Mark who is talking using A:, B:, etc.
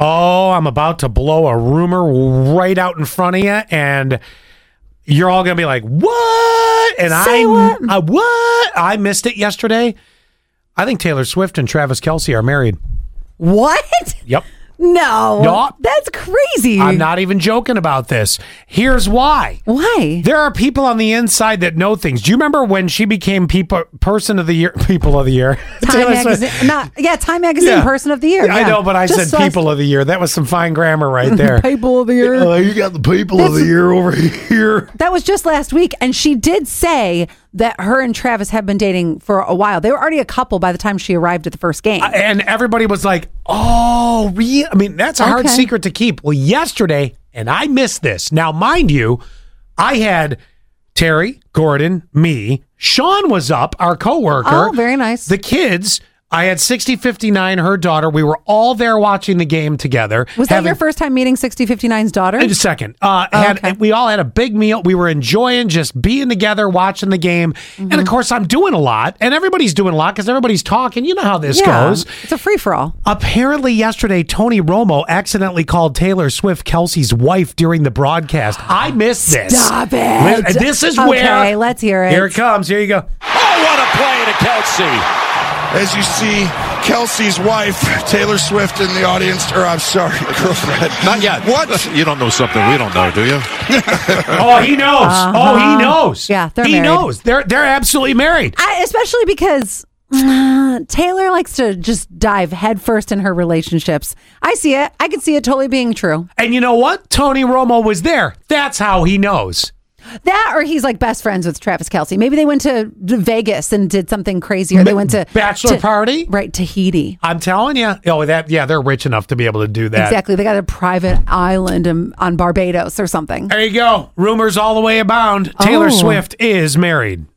A: Oh, I'm about to blow a rumor right out in front of you, and you're all gonna be like, "What?" And
B: Say
A: I,
B: what?
A: I what? I missed it yesterday. I think Taylor Swift and Travis Kelsey are married.
B: What?
A: Yep.
B: No.
A: Yup.
B: That's crazy.
A: I'm not even joking about this. Here's why.
B: Why?
A: There are people on the inside that know things. Do you remember when she became people person of the year? People of the year.
B: Time
A: Taylor Swift.
B: magazine, not yeah. Time magazine
A: Yeah.
B: person of the year.
A: I
B: yeah.
A: know, but I
B: Just
A: said
B: so
A: people of the year. That was some fine grammar right there.
B: people of the year.
C: Oh, you got the people of the year over here.
B: That was just last week, and she did say that her and Travis had been dating for a while. They were already a couple by the time she arrived at the first game.
A: and everybody was like, "Oh, really?" I mean, that's a hard
B: Okay.
A: secret to keep. Well, yesterday, and I missed this. Now, mind you, I had Terry, Gordon, me, Sean was up, our coworker.
B: Oh, very nice.
A: The kids. I had 6059, her daughter. We were all there watching the game together.
B: was that
A: having-
B: your first time meeting 6059's daughter?
A: Wait a second. Uh, had,
B: Oh, okay.
A: We all had a big meal. We were enjoying just being together, watching the game.
B: Mm-hmm.
A: And of course, I'm doing a lot, and everybody's doing a lot because everybody's talking. You know how this
B: yeah,
A: goes.
B: it's a free for all.
A: Apparently, yesterday, Tony Romo accidentally called Taylor Swift Kelsey's wife during the broadcast. I missed this.
B: Stop
A: Li-
B: it.
A: This is
B: Okay,
A: where.
B: let's hear it.
A: Here it comes. Here you go.
D: Oh, what a play to Kelsey.
C: As you see, Kelsey's wife, Taylor Swift, in the audience, or I'm sorry, girlfriend.
D: Not yet.
C: What?
D: You don't know something we don't know, do you?
A: Oh, he knows. Oh,
B: Uh-huh.
A: he knows.
B: Yeah, they're
A: he
B: married.
A: knows. They're they're absolutely married.
B: I, especially because uh, Taylor likes to just dive headfirst in her relationships. I see it. I could see it totally being true.
A: And you know what? Tony Romo was there. That's how he knows.
B: That or he's like best friends with Travis Kelsey. Maybe they went to Vegas and did something crazy, or they went to
A: Bachelor
B: to-
A: party?
B: right? Tahiti.
A: I'm telling you. Oh, that yeah, they're rich enough to be able to do that.
B: Exactly. They got a private island in, on Barbados or something.
A: There you go. Rumors all the way abound. Taylor
B: Oh.
A: Swift is married.